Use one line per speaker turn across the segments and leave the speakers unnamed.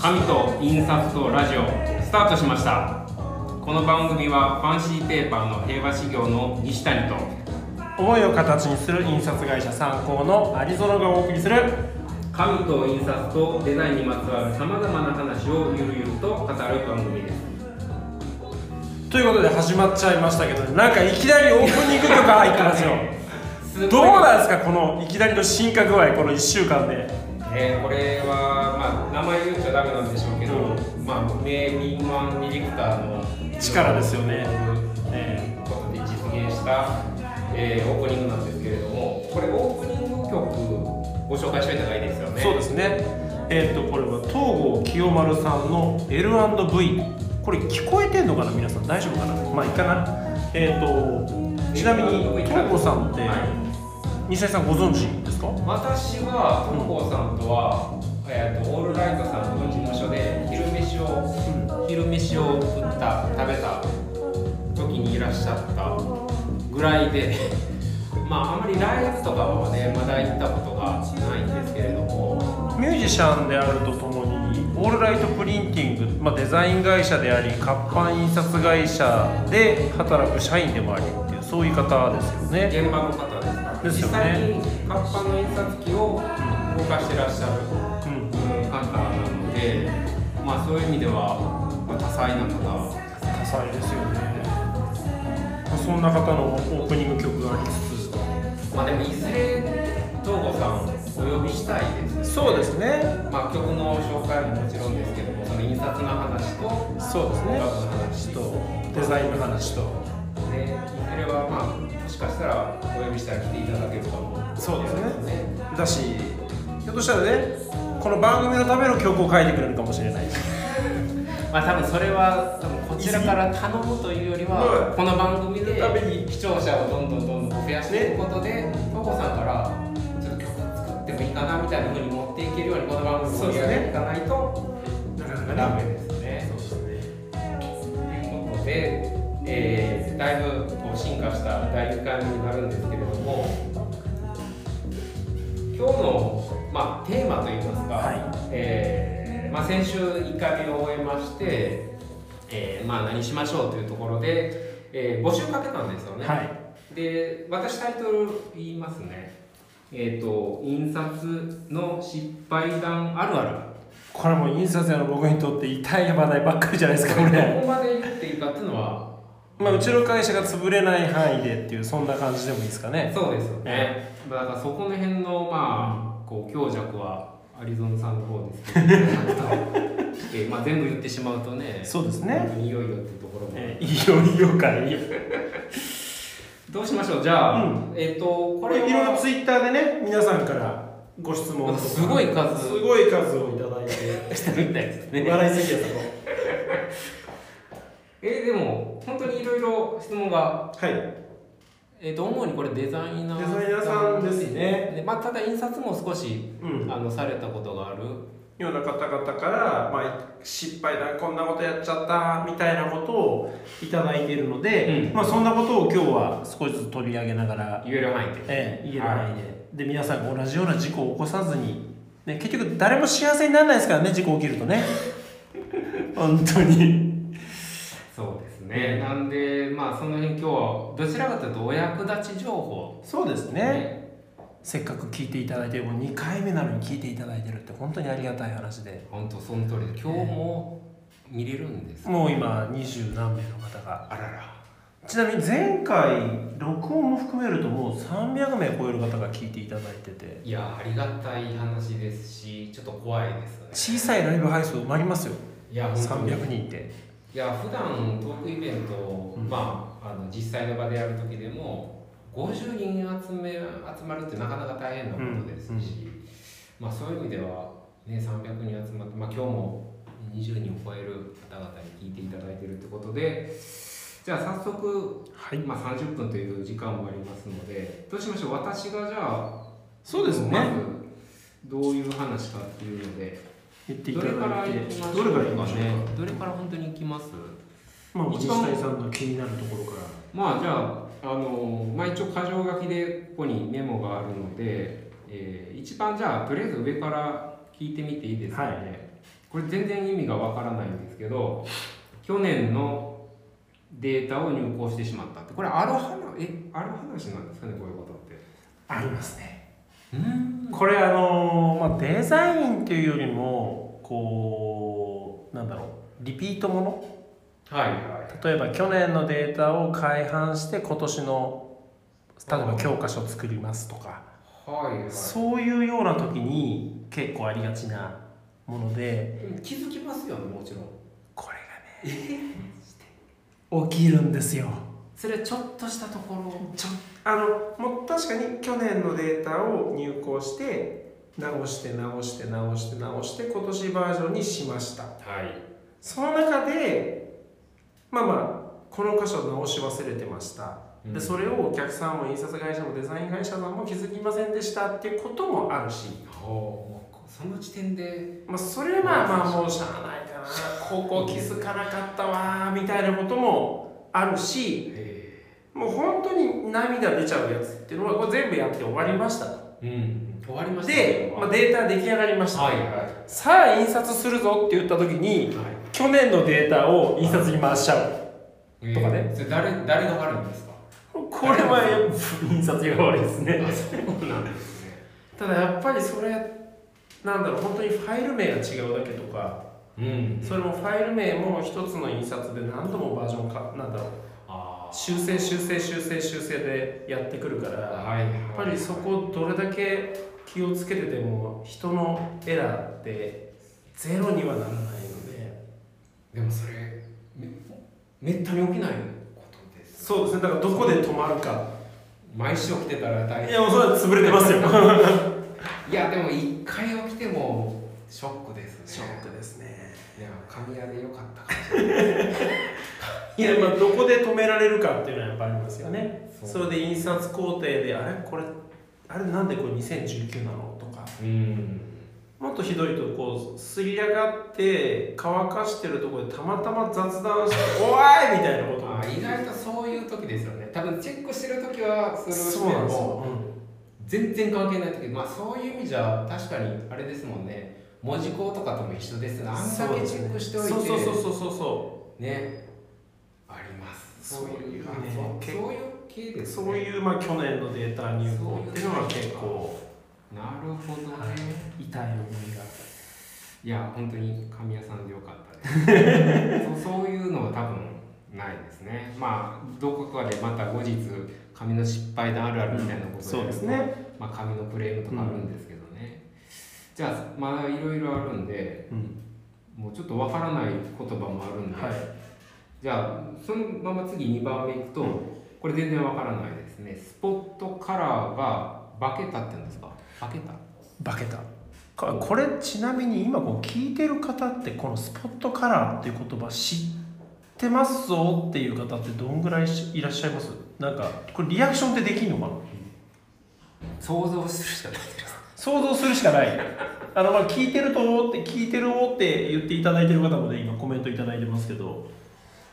紙と印刷とラジオスタートしましたこの番組はファンシーペーパーの平和修行の西谷と
思いを形にする印刷会社参考のアリゾノがお送りする
紙と印刷とデザインにまつわるさまざまな話をゆるゆると語る番組です
ということで始まっちゃいましたけどなんかいきなりオープニングとか入っ てますよどうなんですかこのいきなりの進化具合この1週間で
えーこれは、まあ、名前言っちゃダメなんでしょうけど、まあ、名ミンマンディレクターの
力ですよね
えーことで実現した、えーオープニングなんですけれどもこれオープニング曲ご紹介しといた方がいいですよね
そうですねえっとこれは東郷清丸さんの L&V これ聞こえてんのかな皆さん大丈夫かなまあいいかなえっとちなみに東郷さんって
はい
西谷さんご存知ですか
私は東郷さんとは、えー、とオールライトさんの事務所で昼飯を昼飯を食った食べた時にいらっしゃったぐらいで まああまりライブとかはねまだ行ったことがないんですけれども
ミュージシャンであるとともにオールライトプリンティング、まあ、デザイン会社であり活版印刷会社で働く社員でもありっていうそういう方ですよね
現場の方ですか
ですよ
実
ね
際に活版の印刷機を動かしてらっしゃる
うん
うん方なのでまあそういう意味ではまあ多彩な方
多彩ですよね、まあ、そんな方のオープニング曲があり
まあでもいずれ東郷さんお呼びしたいです
つつそうですね
まあ、曲の紹介ももちろんですけどもその印刷の話と音
そうです
楽
ね
の話と
とデザインの話と
でいずれはまあもしかしたらお呼びしたら来ていただけるかも
そうですね
ね
だしひょっとしたらねこの番組のための曲を書いてくれるかもしれない
まあ多分それは多分こちらから頼むというよりは
うん
この番組で
ために
視聴者をどんどんどんどん増やしていくことでとこさんからちょっと曲作ってもいいかなみたいなふうに持っていけるようにこの番組を盛り上げていかないと
なかな
ダメですね。ということで、えーだいぶこう進化した第2回目になるんですけれども今日の、まあ、テーマといいますか、
はい
えーまあ、先週1回目を終えまして、えーまあ、何しましょうというところで、えー募集かけたんですよね。
はい
で私タイトル言いますね。えっ、と印刷の失敗談あるある。
これもう印刷屋の僕にとって痛い話題ばっかりじゃないですかこ
こ
れ、
こまで言っていいかっていうのは
まあ、うちの会社が潰れない範囲でっていうそんな感じでもいいですかね
そうですよね。まあだからそこの辺のまあこう強弱はアリゾンさんの方です けど、えーまあ全部言ってしまうとね、
そうですね
本当にいよいよっていうところも。
えー、いよいよかい
どうしましょう。じゃあ、
う
えっ、とこ
こ
れ
れいろいろ
は
ツイッターでね皆さんからご質問とか
すごい数
すごい数をいただいて
してみたいですね。
笑いすぎやったぞ
えーでも本当にいろいろ質問が、
はい
えっ、と主にこれデザイナー
デザイナーさんですね
でまあただ印刷も少し、
うん
あのされたことがある。
ような方々から、まあ、失敗だこんなことやっちゃったみたいなことをいただいているので、
うん
まあ、そんなことを今日は少しずつ取り上げながら
言える範囲で。
ええ、言える範囲で、で皆さんが同じような事故を起こさずに、ね、結局誰も幸せにならないですからね事故起きると ね本当に
そうですね。なんでまあその辺今日はどちらかというとお役立ち情報。
そうですねせっかく聞いていただいてもう2回目なのに聞いていただいてるって本当にありがたい話で
本当その通りで今日も見れるんです、
もう今二十何名の方が
あらら
ちなみに前回録音も含めるともう300名超える方が聞いていただいてて
いやありがたい話ですしちょっと怖いですね
小さいライブ配信埋まりますよ
いや本当に
300人って
いや普段トークイベントを、
うん
まああの実際の場でやる時でも50人集め集まるってなかなか大変なことですし、
うんうん
まあそういう意味ではね300人集まってまあ今日も20人を超える方々に聞いていただいてるってことでじゃあ早速、
はい
まあ、30分という時間もありますのでどうしましょう私がじゃあ
そうです
ま
ね
ずどういう話かっていうので
言ってい
ど
た
れから
だい
行
て
きましょう
どれからいきましょうか
ねどれから本当に行きます
まあ
一
西
番
谷さんの気になるところから
まあじゃあ、あのまあ、一応箇条書きでここにメモがあるので、えー一番じゃあとりあえず上から聞いてみていいですかね、これ全然意味がわからないんですけど去年のデータを入稿してしまったってこれある話えある話なんですかねこういうことって
ありますねこれあのーまあ、デザインっていうよりもこうなんだろうリピートもの
はいはい
例えば去年のデータを改版して今年の例えば教科書作りますとか
はいはい
そういうような時に結構ありがちなもので
気づきますよねもちろん
これ がね起きるんですよ
それちょっとしたところ
あのもう確かに去年のデータを入稿して直して直して直して直して今年バージョンにしました
はい
その中でまあまあこの箇所直し忘れてました、でそれをお客さんも印刷会社もデザイン会社さんも気づきませんでしたっていうこともあるし、
ほうもうその時点で
まあ、それはまあまあもうしゃあないかなここ気づかなかったわーみたいなこともあるし
え
もう本当に涙出ちゃうやつっていうのはこれ全部やって終わりましたと
うん終わりました
で、まあ、データ出来上がりました、
はいは
さあ印刷するぞって言った時
い
に
はい
去年のデータを印刷に回しちゃう
えー
とかね
それ誰誰が悪いんです か
これはやっぱ印刷が悪いですね
あそうなんですね
ただやっぱりそれなんだろう本当にファイル名が違うだけとか
うん
それもファイル名も一つの印刷で何度もバージョンかなんだろう
あ
修正修正修正修正でやってくるから
あ
や
はいはい
っぱりそこをどれだけ気をつけてても人のエラーってゼロにはならないので
でもそれめめったに起きないことです
そうですねだからどこで止まるか
毎週起きてたら大変
もうそれは潰れてますよ
いやでも一回起きてもショックですね
ショックですね
いや神谷でよかったかもし
いやまあどこで止められるかっていうのはやっぱありますよね
れない
それで印刷工程であれこれあれなんでこれ2019なのとか
うん
もっとひどいとこうすり上がって乾かしてるところでたまたま雑談 して「おーい!」みたいなこと
あー意外とそういう時ですよね多分チェックしてる時はそれをして
そうなんです
も
よ、
全然関係ない時まあそういう意味じゃ確かにあれですもんね文字工とかとも一緒ですねあんだけチェックしておいて
そうそうそうそうそうそ
ねありますそういう
そう
あ
ね
そう
結
そういう系
う
です
そう
う
いう、まあ、去年のデータ入稿っていうのは結構
なるほどね、
はい痛い思いが
い、や本当に神谷さんでよかったです そうそういうのは多分ないですねまあどこかでまた後日紙の失敗談あるあるみたいなことやると
そうですね、
まあ、紙のクレームとかあるんですけどね、じゃあまだいろいろあるんで
うん
もうちょっとわからない言葉もあるんで、
はい、
じゃあそのまま次2番目いくと、
うん
これ全然わからないですねスポットカラーがバケタって言うんですかバケタ
化けたかこれちなみに今こう聞いてる方ってこのスポットカラーっていう言葉知ってますぞっていう方ってどんぐらいしいらっしゃいますなんかこれリアクションってできるのかな
想像するしかないです か
想像するしかない あのまあ聞いてるとって聞いてるおって言っていただいてる方もね今コメントいただいてますけど、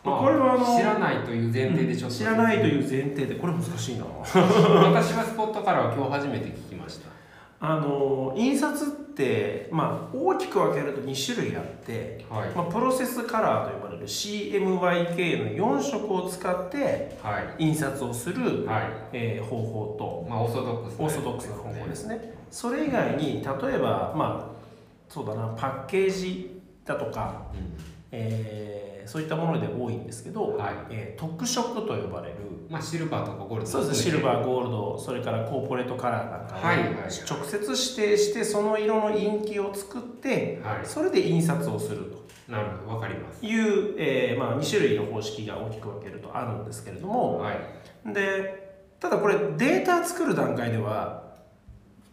まあ、これはあの
知らないという前提でちょっと、
知らないと
う
いう前提でこれ難しいな
私はスポットカラーは今日初めて聞きました
あの印刷ってまあ大きく分けると2種類あって
はい
まあ、プロセスカラーと呼ばれる CMYK の4色を使って
は
印刷をす
い
る、
はい
えー方法と
まあオーソドックスな
オーソドックスな方法ですねそれ以外に例えばまあそうだなパッケージだとか、えーそういったもので多いんですけど、
はい
えー特色と呼ばれる
うんまあシルバーとかゴールド
そうですねシルバーゴールドそれからコーポレートカラーなんかを
はいはい
直接指定してその色の印記を作って
は
それで印刷をすると。
いなるほどわかります
いう、えーまあ、2種類の方式が大きく分けるとあるんですけれども
はい
でただこれデータ作る段階では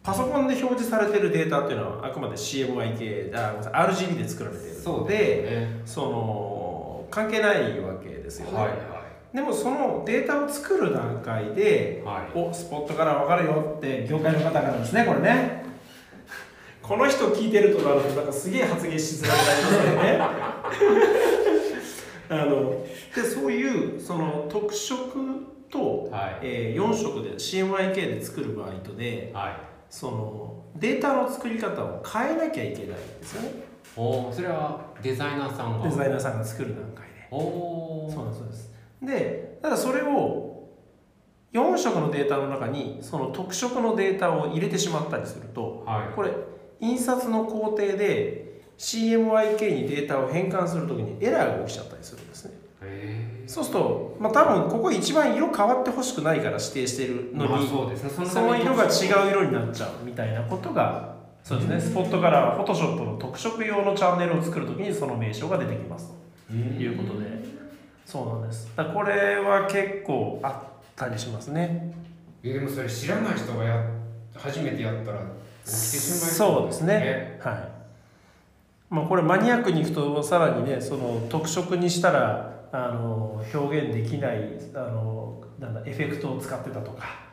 パソコンで表示されてるデータっていうのはあくまで CMYK あごめんなさい RGB で作られているので
ね
その関係ないわけですよね。
はいは
でもそのデータを作る段階で
はい
おスポットから分かるよって業界の方からですねこれね この人聞いてるとなるとなんかすげえ発言しづらくなりますよね あのでそういうその特色と、
はい
えー、4色で CMYK で作る場合とで
はい
そのデータの作り方を変えなきゃいけないんですよね
おーそれはデザイナーさんが
デザイナーさんが作る段階で
おお
そうなんですそうですでただそれを4色のデータの中にその特色のデータを入れてしまったりすると
は
これ印刷の工程で CMYK にデータを変換するときにエラーが起きちゃったりするんですね
いへえ
そうすると、まあ、多分ここ一番色変わってほしくないから指定してるのに、
まあそうですねそ
そ
の
の色が違
う
う色になっちゃうみたいなことがそうですねスポットからフォトショップの特色用のチャンネルを作るときにその名称が出てきますということでそうなんですだからこれは結構あったりしますね
えでもそれ知らない人がや初めてやったら起きてしまい
そうですねはいまあこれマニアックにいくとさらにねその特色にしたらあの表現できないあのなんだエフェクトを使ってたとか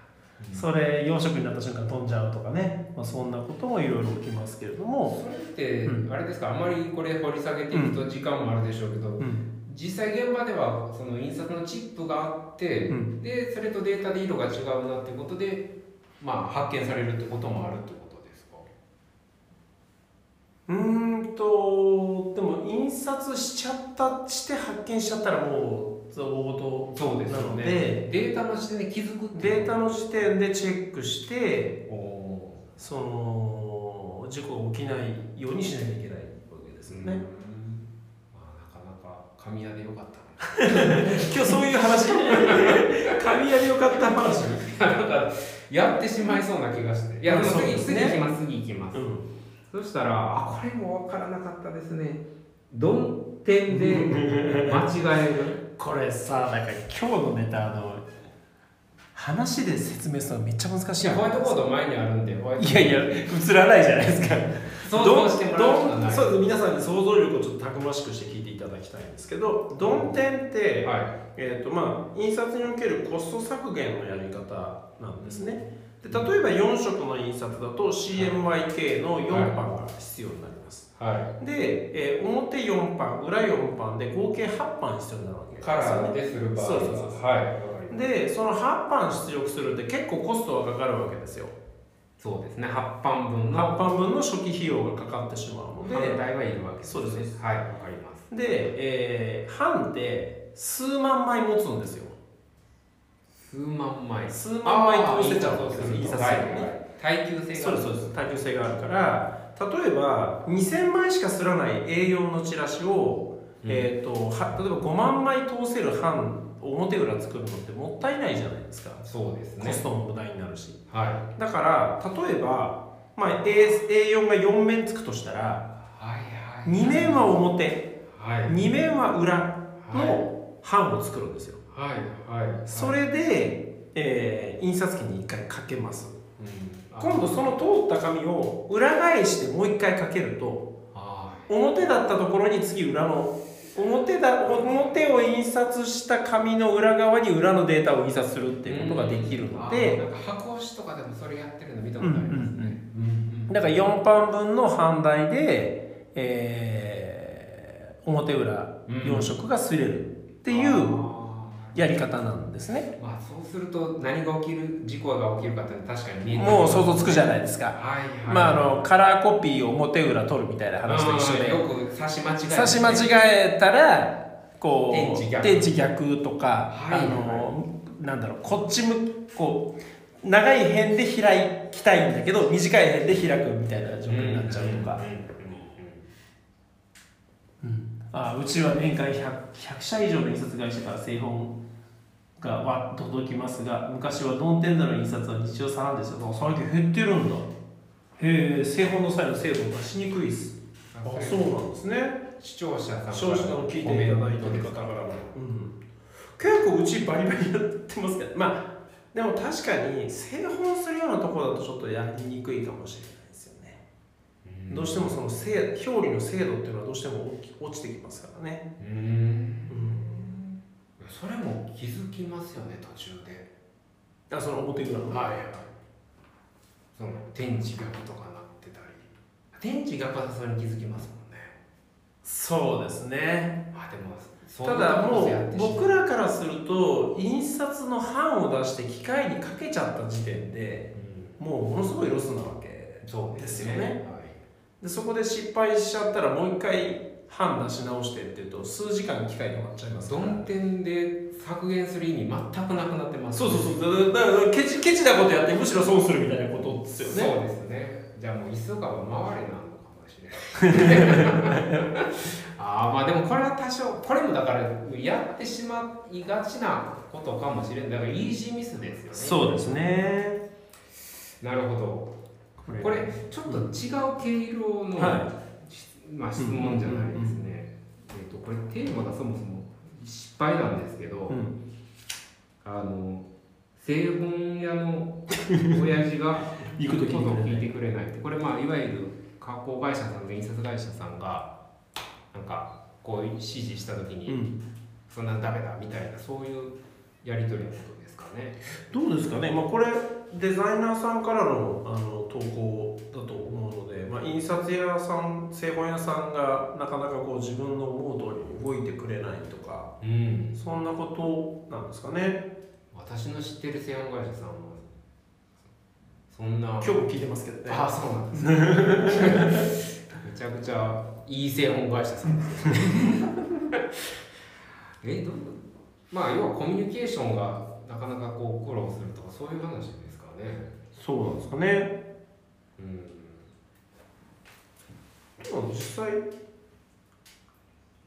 それ4色になった瞬間飛んじゃうとかね、まあ、そんなこともいろいろ起きますけれども
それって
う
あれですかあまりこれ掘り下げていくと時間もあるでしょうけど
うん
実際現場ではその印刷のチップがあって、
うん
でそれとデータで色が違うなってことで、まあ、発見されるってこともあるってことですか
うーんとでも印刷しちゃったして発見しちゃったらもう王
そう
道
です
な
よ
ので
ねデータの視点で気づくって
データの時点でチェックして
タお
その事故が起きないようにしなきゃいけないわけですよ
ー
ね、
うんまあ、なかなか神谷でよかった
今日そういう話神やりよかった話
ななん かやってしまいそうな気がしていやでも
まあそう
次、
です
次
ね
行きます次行きます
うん
そしたらあこれも分からなかったですねどん点で間違える
これさなんか今日のネタあの話で説明するのめっちゃ難しい
ホワイトボード前にあるんでホワイトボード
いやいや映らないじゃないですか
想像してもらうし
ど
か
ん
な
ど
い。
んそうです皆さんに想像力をちょっとたくましくして聞いていただきたいんですけど「どんてん」って、
は
えーとまあ、印刷におけるコスト削減のやり方なんですねで例えば4色の印刷だと CMYK の4版が必要になります、
い。は
で、えー表4版裏4版で合計8版必要になるわけ
い。
です
カ
よ
ラー
ね
でする場合
そうそうそうそう
はい。わかります
でその8版出力するって結構コストがかかるわけですよ
そうですね。八版分の
8版分の初期費用がかかってしまうので
反対はいるわけ
そうですね
ね。はい。わかります。
で、えー、版って数万枚持つんですよ
数万枚。
数万枚通してちゃう
そ
ん
う
です
す
よ
る
印
と
刷す
はい
るのに
耐久性が。
そうですそうです耐久性があるから例えば2000枚しかすらない A4 のチラシを、
うん
えー、とは例えば5万枚通せる版表裏作るのってもったいないじゃないですか
そうです
コ
ね。
ストも無駄になるし
はい。
だから例えば、まあ、A- A4 が4面つくとしたら
はいはい。
2面は表
はい。
2面は裏
はい
の版を作るんですよ
はいはい。
それで、えー印刷機に1回かけます
うん。
今度その通った紙を裏返してもう1回かけると
あ
表だったところに次裏の表だ表を印刷した紙の裏側に裏のデータを印刷するっていうことができるの
ー
で、
あーなんか箱押しとかでもそれやってるの見たことありますね。うん
だから4版分の版台で、えー表裏
うん
4色が擦れるってい
あ
う
ー
やり方なんですね、
まあそうすると何が起きる事故が起きるかって確かに見えて
もう想像つくじゃ
い
ないですか
はいはい
まああのカラーコピーを表裏取るみたいな話と一緒で
うんよく差し間違え
差し間違えたらこう
天地逆
地逆とか、
はい
あのなんだろうこっち向きこう長い辺で開きたいんだけど短い辺で開くみたいな状況になっちゃうとか、
んんん
あうちは年間 100, 100社以上の印刷会社から製本がわ届きますが昔はドンテンダの印刷は日常茶飯ですよあ最近減ってるんだへえ製本の際の成分がしにくいっす
あそう
うなんですね
視聴者さんから
少子化を聞いていただいてる方からも、うん、結構うちバリバリやってますけどまあでも確かに製本するようなところだとちょっとやりにくいかもしれないですよねどうしてもその精表裏の精度っていうのはどうしても落ち落ちてきますからね
うん
うん
そそれも気づきますよね途中で
あその表裏の、
はいはいその天地学とかなってたり天地学はさすがに気づきますもんね
そうですね
あでもそ
た
う
だも
やって
う
しま
僕らからすると印刷の版を出して機械にかけちゃった時点で
う
もうものすごいロスなわけ
んそうですね
ですよねでそこで失敗しちゃったらもう一回版出し直してっていうと数時間機械に終わっちゃい
は
ま
い、
すか
ど
ら
ん点で削減する意味全くなくなってます
そうそうそうだだからケチケチなことやってむしろ損するみたいなことですよね
そうですねじゃあもう椅子が回れなのかもしれない ああまあでもこれは多少これもだからやってしまいがちなことかもしれないだからイージーミスですよね
そうですね
なるほど
こ
これちょっと違う毛色の、
は
まあ、質問じゃないですね、えっとこれテーマがそもそも失敗なんですけど、
い、うん、
あの製本屋の親父が
行くと聞いてくれない
ことを聞いてくれないってこれまあいわゆる加工会社さんで印刷会社さんがなんかこう指示した時に、
うん、
そんなんダメだみたいなそういうやり取りのことですかね。
どうですかね、まあ、これデザイナーさんからのあの投稿だと思うので、まあ、印刷屋さん製本屋さんがなかなかこう自分の思う通りに動いてくれないとか
うん、
そんなことなんですかね
私の知ってる製本会社さんはそんな
今日も聞いてますけどね
ああそうなんですねめちゃくちゃいい製本会社さんですねえどうまあ要はコミュニケーションがなかなかこう苦労するとかそういう話ですかね
そうなんですかね
うん
でも実際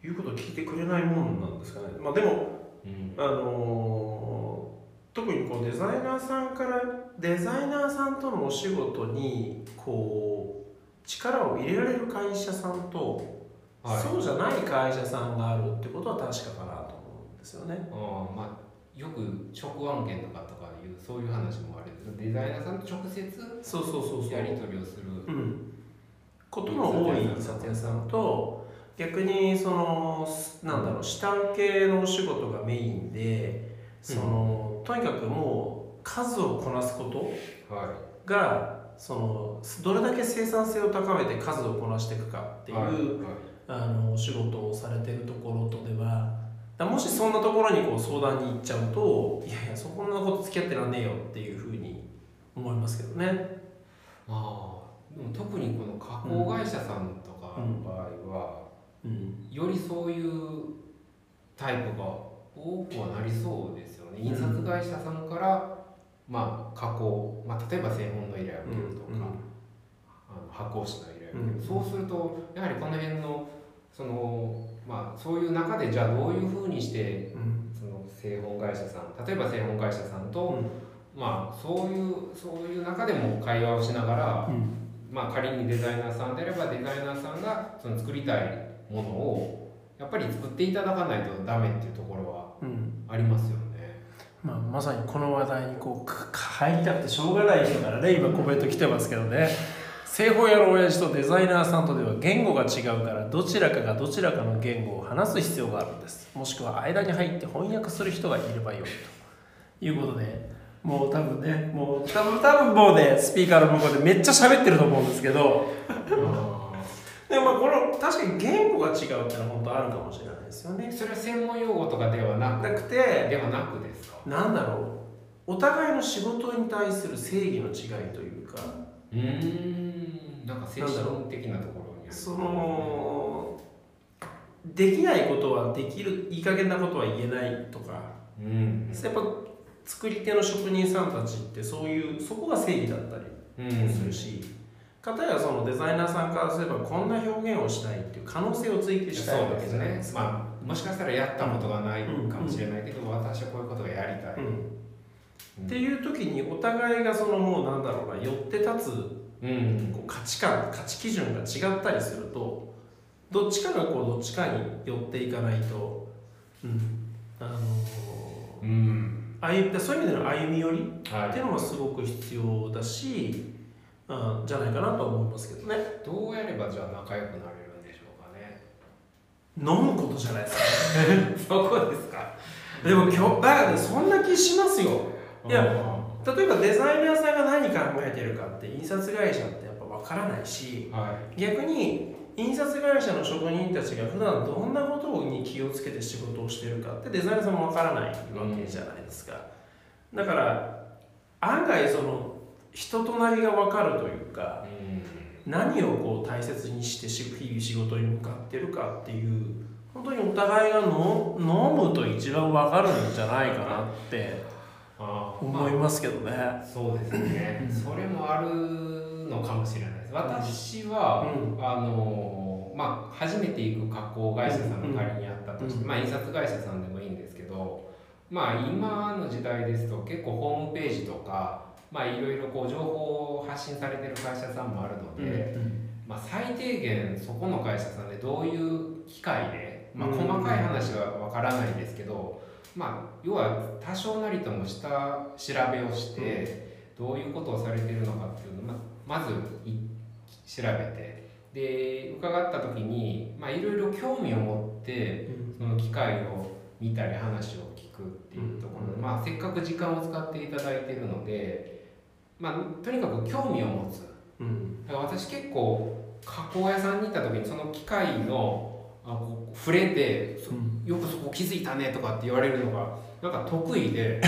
言うこと聞いてくれないもんなんですかねまあでも
うん
あのー特にこうデザイナーさんからデザイナーさんとのお仕事にこう力を入れられる会社さんと、
はい
そうじゃない会社さんがあるってことは確かかなと思うんですよね。
ああまあよく直案件とかとかいうそういう話もあるデザイナーさんと直接
そうそうそうそう
やり取りをする
うん、ことの多い印刷屋さんと逆にそのすなんだろう下請けのお仕事がメインでその、とにかくもう数をこなすこと
は
がそのどれだけ生産性を高めて数をこなしていくか
い
っていう、
はいはい
あのお仕事をされてるところとではだもしそんなところにこう相談に行っちゃうといやいやそこんなこと付き合ってらんねえよっていうふうに思いますけどね。
ああでも特にこの加工会社さんとかの場合は、
うん、
よりそういうタイプが多くはなりそうですよね
うん
印刷会社さんから、まあ加工、まあ、例えば製本の依頼を受けるとか、
うんうん
あの発行紙の依頼を受ける、
うん
そうするとやはりこの辺のそのまあそういう中でじゃあどういうふうにして
うん
その製本会社さん例えば製本会社さんと、まあそういうそういう中でも会話をしながら
うん
まあ、仮にデザイナーさんであればデザイナーさんがその作りたいものをやっぱり作っていただかないとダメっていうところは
うん
ありますよね。
まあ、まさにこの話題にこうか入りたくてしょうがない人からね今コメント来てますけどね製法屋の親父とデザイナーさんとでは言語が違うからどちらかがどちらかの言語を話す必要があるんですもしくは間に入って翻訳する人がいればよいということでもう多分ねもう多分多分もうねスピーカーの向こうでめっちゃ喋ってると思うんですけどでもまあこの確かに言語が違うっていうのは本当あるかもしれないですよ ね
それは専門用語とかではな
なく
く
て
ではなくですか
なんだろうお互いの仕事に対する正義の違いというか
うーんなんか精神的なところにある
そのできないことはできるいい加減なことは言えないとか
うん
やっぱ作り手の職人さんたちってそういうそこが正義だったり
うん
もするし、片やそのデザイナーさんからすればこんな表現をしたいっていう可能性を追求したい
そう
わ
で
け
す
じゃないで
ね
すか。
まあもしかしたらやったことがないかもしれないけど、私はこういうことがやりたい、
うんっていう時にお互いがそのもうなんだろうな寄って立つ
うん
こう価値観価値基準が違ったりするとどっちかがこうどっちかに寄っていかないと、うんあの
うん
ー、歩そういう意味での歩み寄り
はい
っていうのもすごく必要だし、うん、じゃないかなとは思いますけどね
どうやればじゃあ仲良くなれるんでしょうかね。
飲むことじゃないですか
そこですか。
でも今日だからそんな気しますよいや
は
例えばデザイナーさんが何考えてるかって印刷会社ってやっぱ分からないし
いは
逆に印刷会社の職人たちが普段どんなことに気をつけて仕事をしてるかってデザイナーさんも分からないわけじゃないですか、だから案外その人となりが分かるというか
いうん
何をこう大切にしてし日々仕事に向かってるかっていう本当にお互いがの飲むと一番分かるんじゃないかなって
あー
思いますけどね、
そうですね、それもあるのかもしれないです。私は、あのーまあ、初めて行く加工会社さんが仮にあったとして、
うん
まあ、印刷会社さんでもいいんですけど、まあ、今の時代ですと結構ホームページとか、まあ、いろいろこう情報を発信されてる会社さんもあるので、まあ、最低限そこの会社さんでどういう機会で、まあ、
うん
細かい話はわからないですけど、まあ、要は多少なりとも下調べをしてどういうことをされてるのかっていうのをままずい調べてで伺った時にまあいろいろ興味を持ってその機会を見たり話を聞くっていうところで、まあ、せっかく時間を使っていただいてるので、まあ、とにかく興味を持つ。
うん
だから私結構加工屋さんに行った時にその機械のあこう触れてよくそこ気づいたねとかって言われるのがなんか得意 で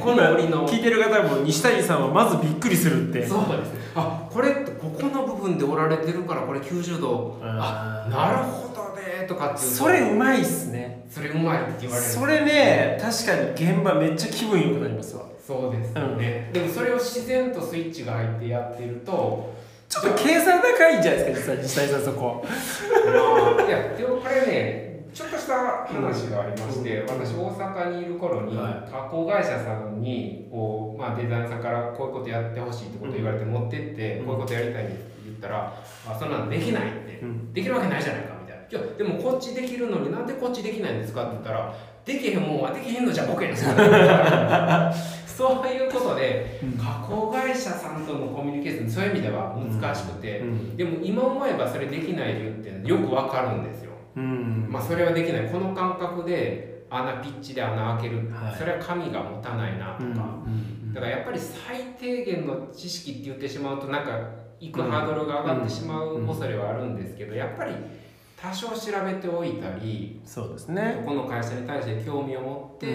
ここの折の
聞いてる方も西谷さんはまずびっくりするって
そうですねあこれってここの部分で折られてるからこれ90度
あ
なるほどねとかっていうの
それうまいっすね
それうまいって言われる
それね確かに現場めっちゃ気分良くなりますわ
そうですよね、でもそれを自然とスイッチが入ってやってると
ちょっと計算高いんじゃないですか実際西谷さんそこ
いやでもこれねちょっとした話がありまして、私大阪にいる頃に、
は
加工会社さんにこう、まあ、デザイナーさんからこういうことやってほしいってこと言われて持ってって、
うん
こういうことやりたいって言ったら、あそんなんできないって、
うん
できるわけないじゃないかみたいないやでもこっちできるのになんでこっちできないんですかって言ったらできへんもんはできへんのじゃボケですよ そういうことで、
うん
加工会社さんとのコミュニケーションそういう意味では難しくて、
うん、
でも今思えばそれできない理由ってよくわかるんですよ、
うん
まあ、それはできないこの感覚で穴ピッチで穴開ける、
はい
それは神が持たないなと
う
か、
んうん
だからやっぱり最低限の知識って言ってしまうとなんかいくハードルが上がってしまう恐れはあるんですけどやっぱり多少調べておいたり
そうです
こ
ね
の会社に対して興味を持って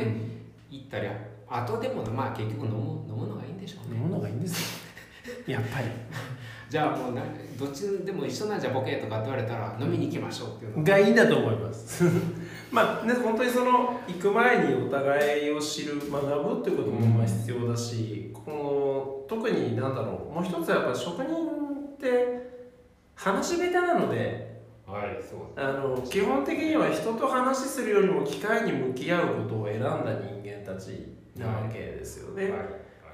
行ったり、後でもまあ結局飲む飲むのがいいんでしょうね。
飲むのがいいんですよやっぱり
じゃあもうなどっちでも一緒なんじゃボケとかって言われたら飲みに行きましょうっていうの
がいいんだと思います まあね本当にその行く前にお互いを知る学ぶっていうこともまあ必要だし、この特になんだろうもう一つはやっぱ職人って話し下手なので
はいそう
あの基本的には人と話するよりも機械に向き合うことを選んだ人間たちなわけですよね、
はい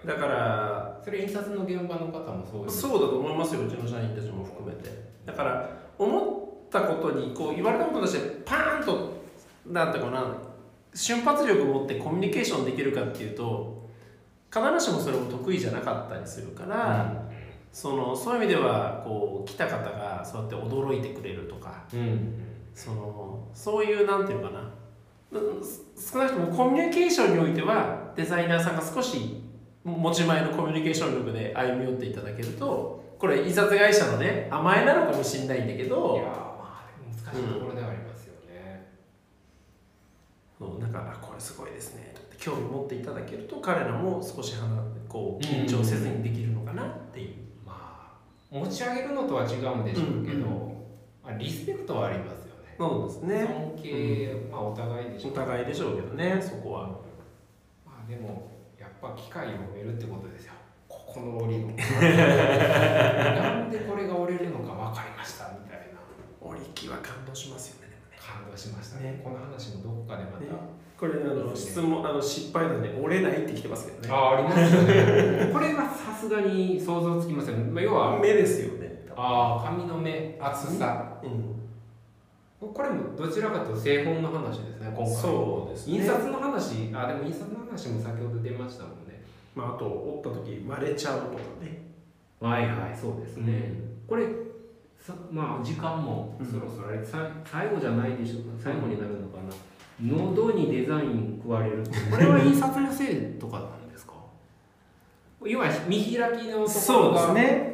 だから
それ印刷の現場の方もそうです
そうだと思いますようちの社員たちも含めてだから思ったことにこう言われたこととしてパーンとなんていうかな瞬発力を持ってコミュニケーションできるかっていうと必ずしもそれも得意じゃなかったりするから、そのそういう意味ではこう来た方がそうやって驚いてくれるとか
うん
そのそういうなんていうのかなうん少なくともコミュニケーションにおいてはデザイナーさんが少し持ち前のコミュニケーション力で歩み寄っていただけるとこれ印刷会社のね甘えなのかもしれないんだけ
い
ど
やーまあ難しいところではありますよね、
そうなんかあこれすごいですねって興味持っていただけると彼らも少しはなこう緊張せずにできるのかなっていう、
まあ持ち上げるのとは違うんでしょうけど、
うん
まあ、リスペクトはありますよね
そうですね
尊敬、まあお互いでしょ
お
う
互いでしょうけどねそこは
まあでもやっぱ機械を埋めるってことですよここの折りの なんでこれが折れるのか分かりましたみたいな
折り機は感動しますよねでもね
感動しましたね
ね
この話もどこかでまた、
ねこれあの質問あの失敗なんで折れないって来てますけどね
ああありますよね これはさすがに想像つきません、まあ、要は
目ですよね。
ああ髪の目厚さ
うん、
これもどちらかというと製本の話ですね今回
そうですね。
印刷の話あでも印刷の話も先ほど出ましたもんね
まああと折った時割れちゃうとかね。
はいはいそうですね、これさまあ時間も
うん
そろそろあれ、さ最後じゃないでしょうか最後になるのかな、
喉にデザイン食われるこれは印刷のせいとかなんですか
要は見開きのとこ
そ
ろ
うです
が、
ね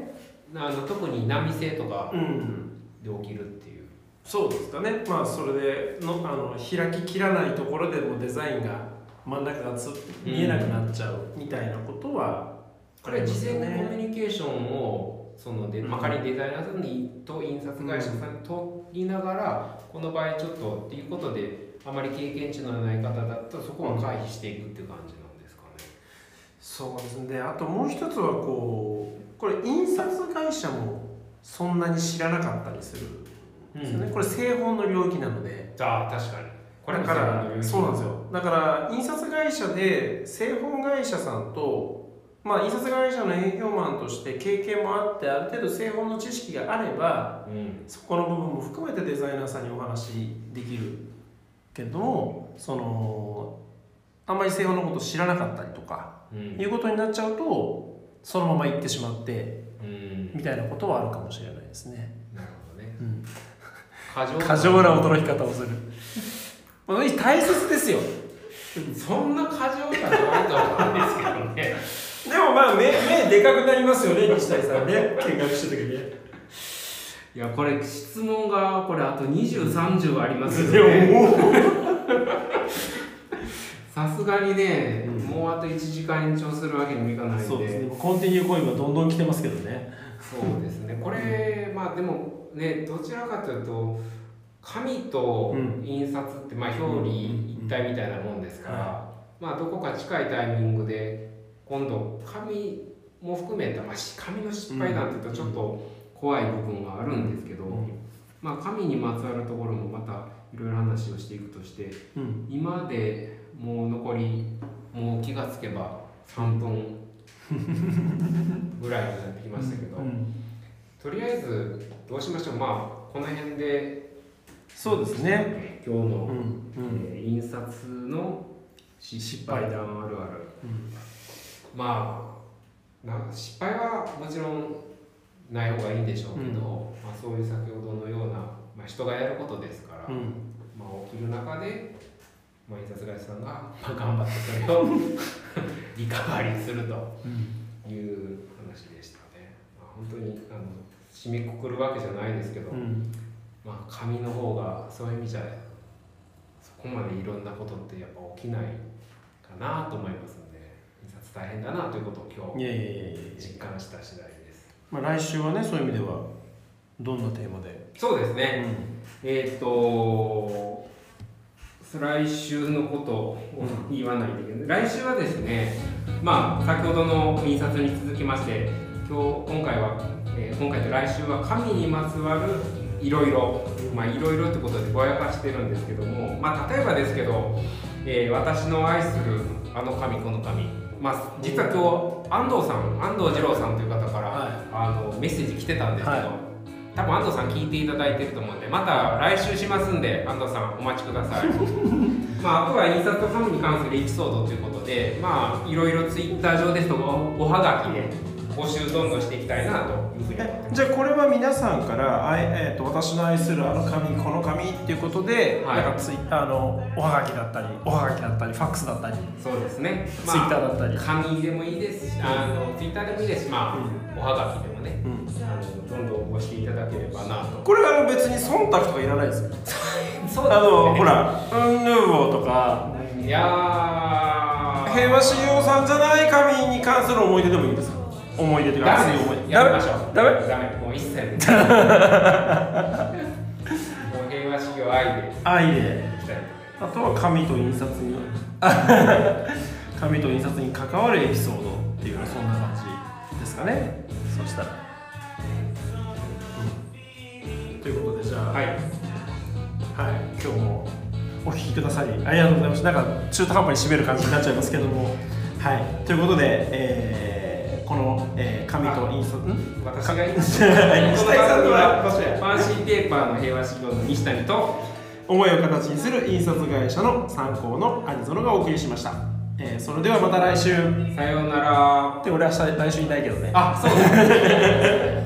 あの特に波性とか
うん
で起きるっていう
そうですかねまあそれでのあの開ききらないところでもデザインが真ん中がつ見えなくなっちゃうみたいなことは
これ事前
ありま
に
すよ
コミュニケーションをそので、
うん
まあ、仮にデザイナーさんにと印刷会社さんにとりながらこの場合ちょっとっていうことであまり経験値のない方だとそこは回避していくっていう感じなんですかね。
そうですねあともう一つはこうこれ印刷会社もそんなに知らなかったりするんですよね、これ製本の領域なので
ああ確かにこれ
だ
も
からそうなん
ん
ですよだから印刷会社で製本会社さんとまあ印刷会社の営業マンとして経験もあってある程度製本の知識があれば
うん
そこの部分も含めてデザイナーさんにお話できるけどそのあんまり製法のこと知らなかったりとか、
うん
いうことになっちゃうとそのまま行ってしまって
うん
みたいなことはあるかもしれないですね、
なるほどね
うん、
過剰
過剰な驚き方をするまあ大切ですよ
そんな過剰なの ないと思うんですけどね
でもまあ目目でかくなりますよね西谷さんね見学した時ね
いやこれ質問がこれあと2030ありますよね
でももう
さすがにね、
うん
もうあと1時間延長するわけにもいかないんで
そうですねコンティニューコインがどんどん来てますけどね
そうですねこれまあでもねどちらかというと紙と
うん
印刷って、まあ、表裏一体みたいなもんですから、まあ、どこか近いタイミングで今度紙も含めた、まあ、し紙の失敗なんていうとちょっと怖い部分はあるんですけど、まあ、紙にまつわるところもまたいろいろ話をしていくとして
うん
今でもう残りもう気がつけば3分ぐらいになってきましたけど、
うん
とりあえずどうしましょうまあこの辺で
そうですね
今日
う
の、
ん
えー印刷の失敗談あるある、
うん
まあな失敗はもちろんない方がいいんでしょうけど、
うん
まあ、そういう先ほどのような、まあ、人がやることですから、
うん
まあ、起きる中で、まあ、印刷会社さんが、まあ、頑張ってそれを リカバリーすると。
うん
いう話でしたね。まあ、本当にあの締めくくるわけじゃないですけど、
うん
まあ紙の方がそういう意味じゃそこまでいろんなことってやっぱ起きないかなと思いますので、印刷大変だなということを今
いやいやいやいや
日実感した次第です。
まあ来週はねそういう意味ではどんなテーマで、
そうですね。えーっ、と来週のことを言わないといけない来週はですねまあ先ほどの印刷に続きまして今日今回は、えー今回と来週は神にまつわるいろいろまあいろいろってことでぼやかしてるんですけどもまあ例えばですけど、えー私の愛するあの神この神まあ実は今日安藤さん安藤二郎さんという方から、
は
あのメッセージ来てたんですけど、
はい
多分安藤さん聞いていただいてると思うんでまた来週しますんで安藤さんお待ちくだ さいまああとは印刷とファムに関するエピソードということでまあいろいろツイッター上ですとかおはがきで募集どんどんしていきたいなというふうに思ってます
じゃあこれは皆さんからあい、えー、と私の愛するあの紙この紙っていうことで、
はい
なんかツイあのおはがきだったりおはがきだったりファックスだったり、
そうですね、まあ、
ツイッターだったり、
紙でもいいですしあのツイッターでもいいですしまあ、おはがきでもね
うん、
あのどんどん応募していただければなと
これはあの別に忖度とかいらないですよ
そ
あのほら「うんヌーボー」とか
いやー
平和信用さんじゃない紙に関する思い出でもいいんですよ思い出というか
ダ
熱
メ
い
で
思い
す
出
やめましょう
ダメ
ダメもう一切もう平和主義を愛で
愛で
いきたい
あとは紙と印刷 に紙と印刷に関わるエピソードっていうそんな感じですかねそしたら、うんということでじゃあ、
はい
はい今日もお聞きくださりありがとうございましたなんか中途半端に締める感じになっちゃいますけどもはいということで、えーこの、えー紙と印刷ん
私がいい
西谷さんのラ ッパ
ファンシーペーパーの平和主義の西谷と
思いを形にする印刷会社の参考のアニゾロがお送りしました、えーそれではまた来週
さようなら
で俺明日来週いないけどね
あそうだ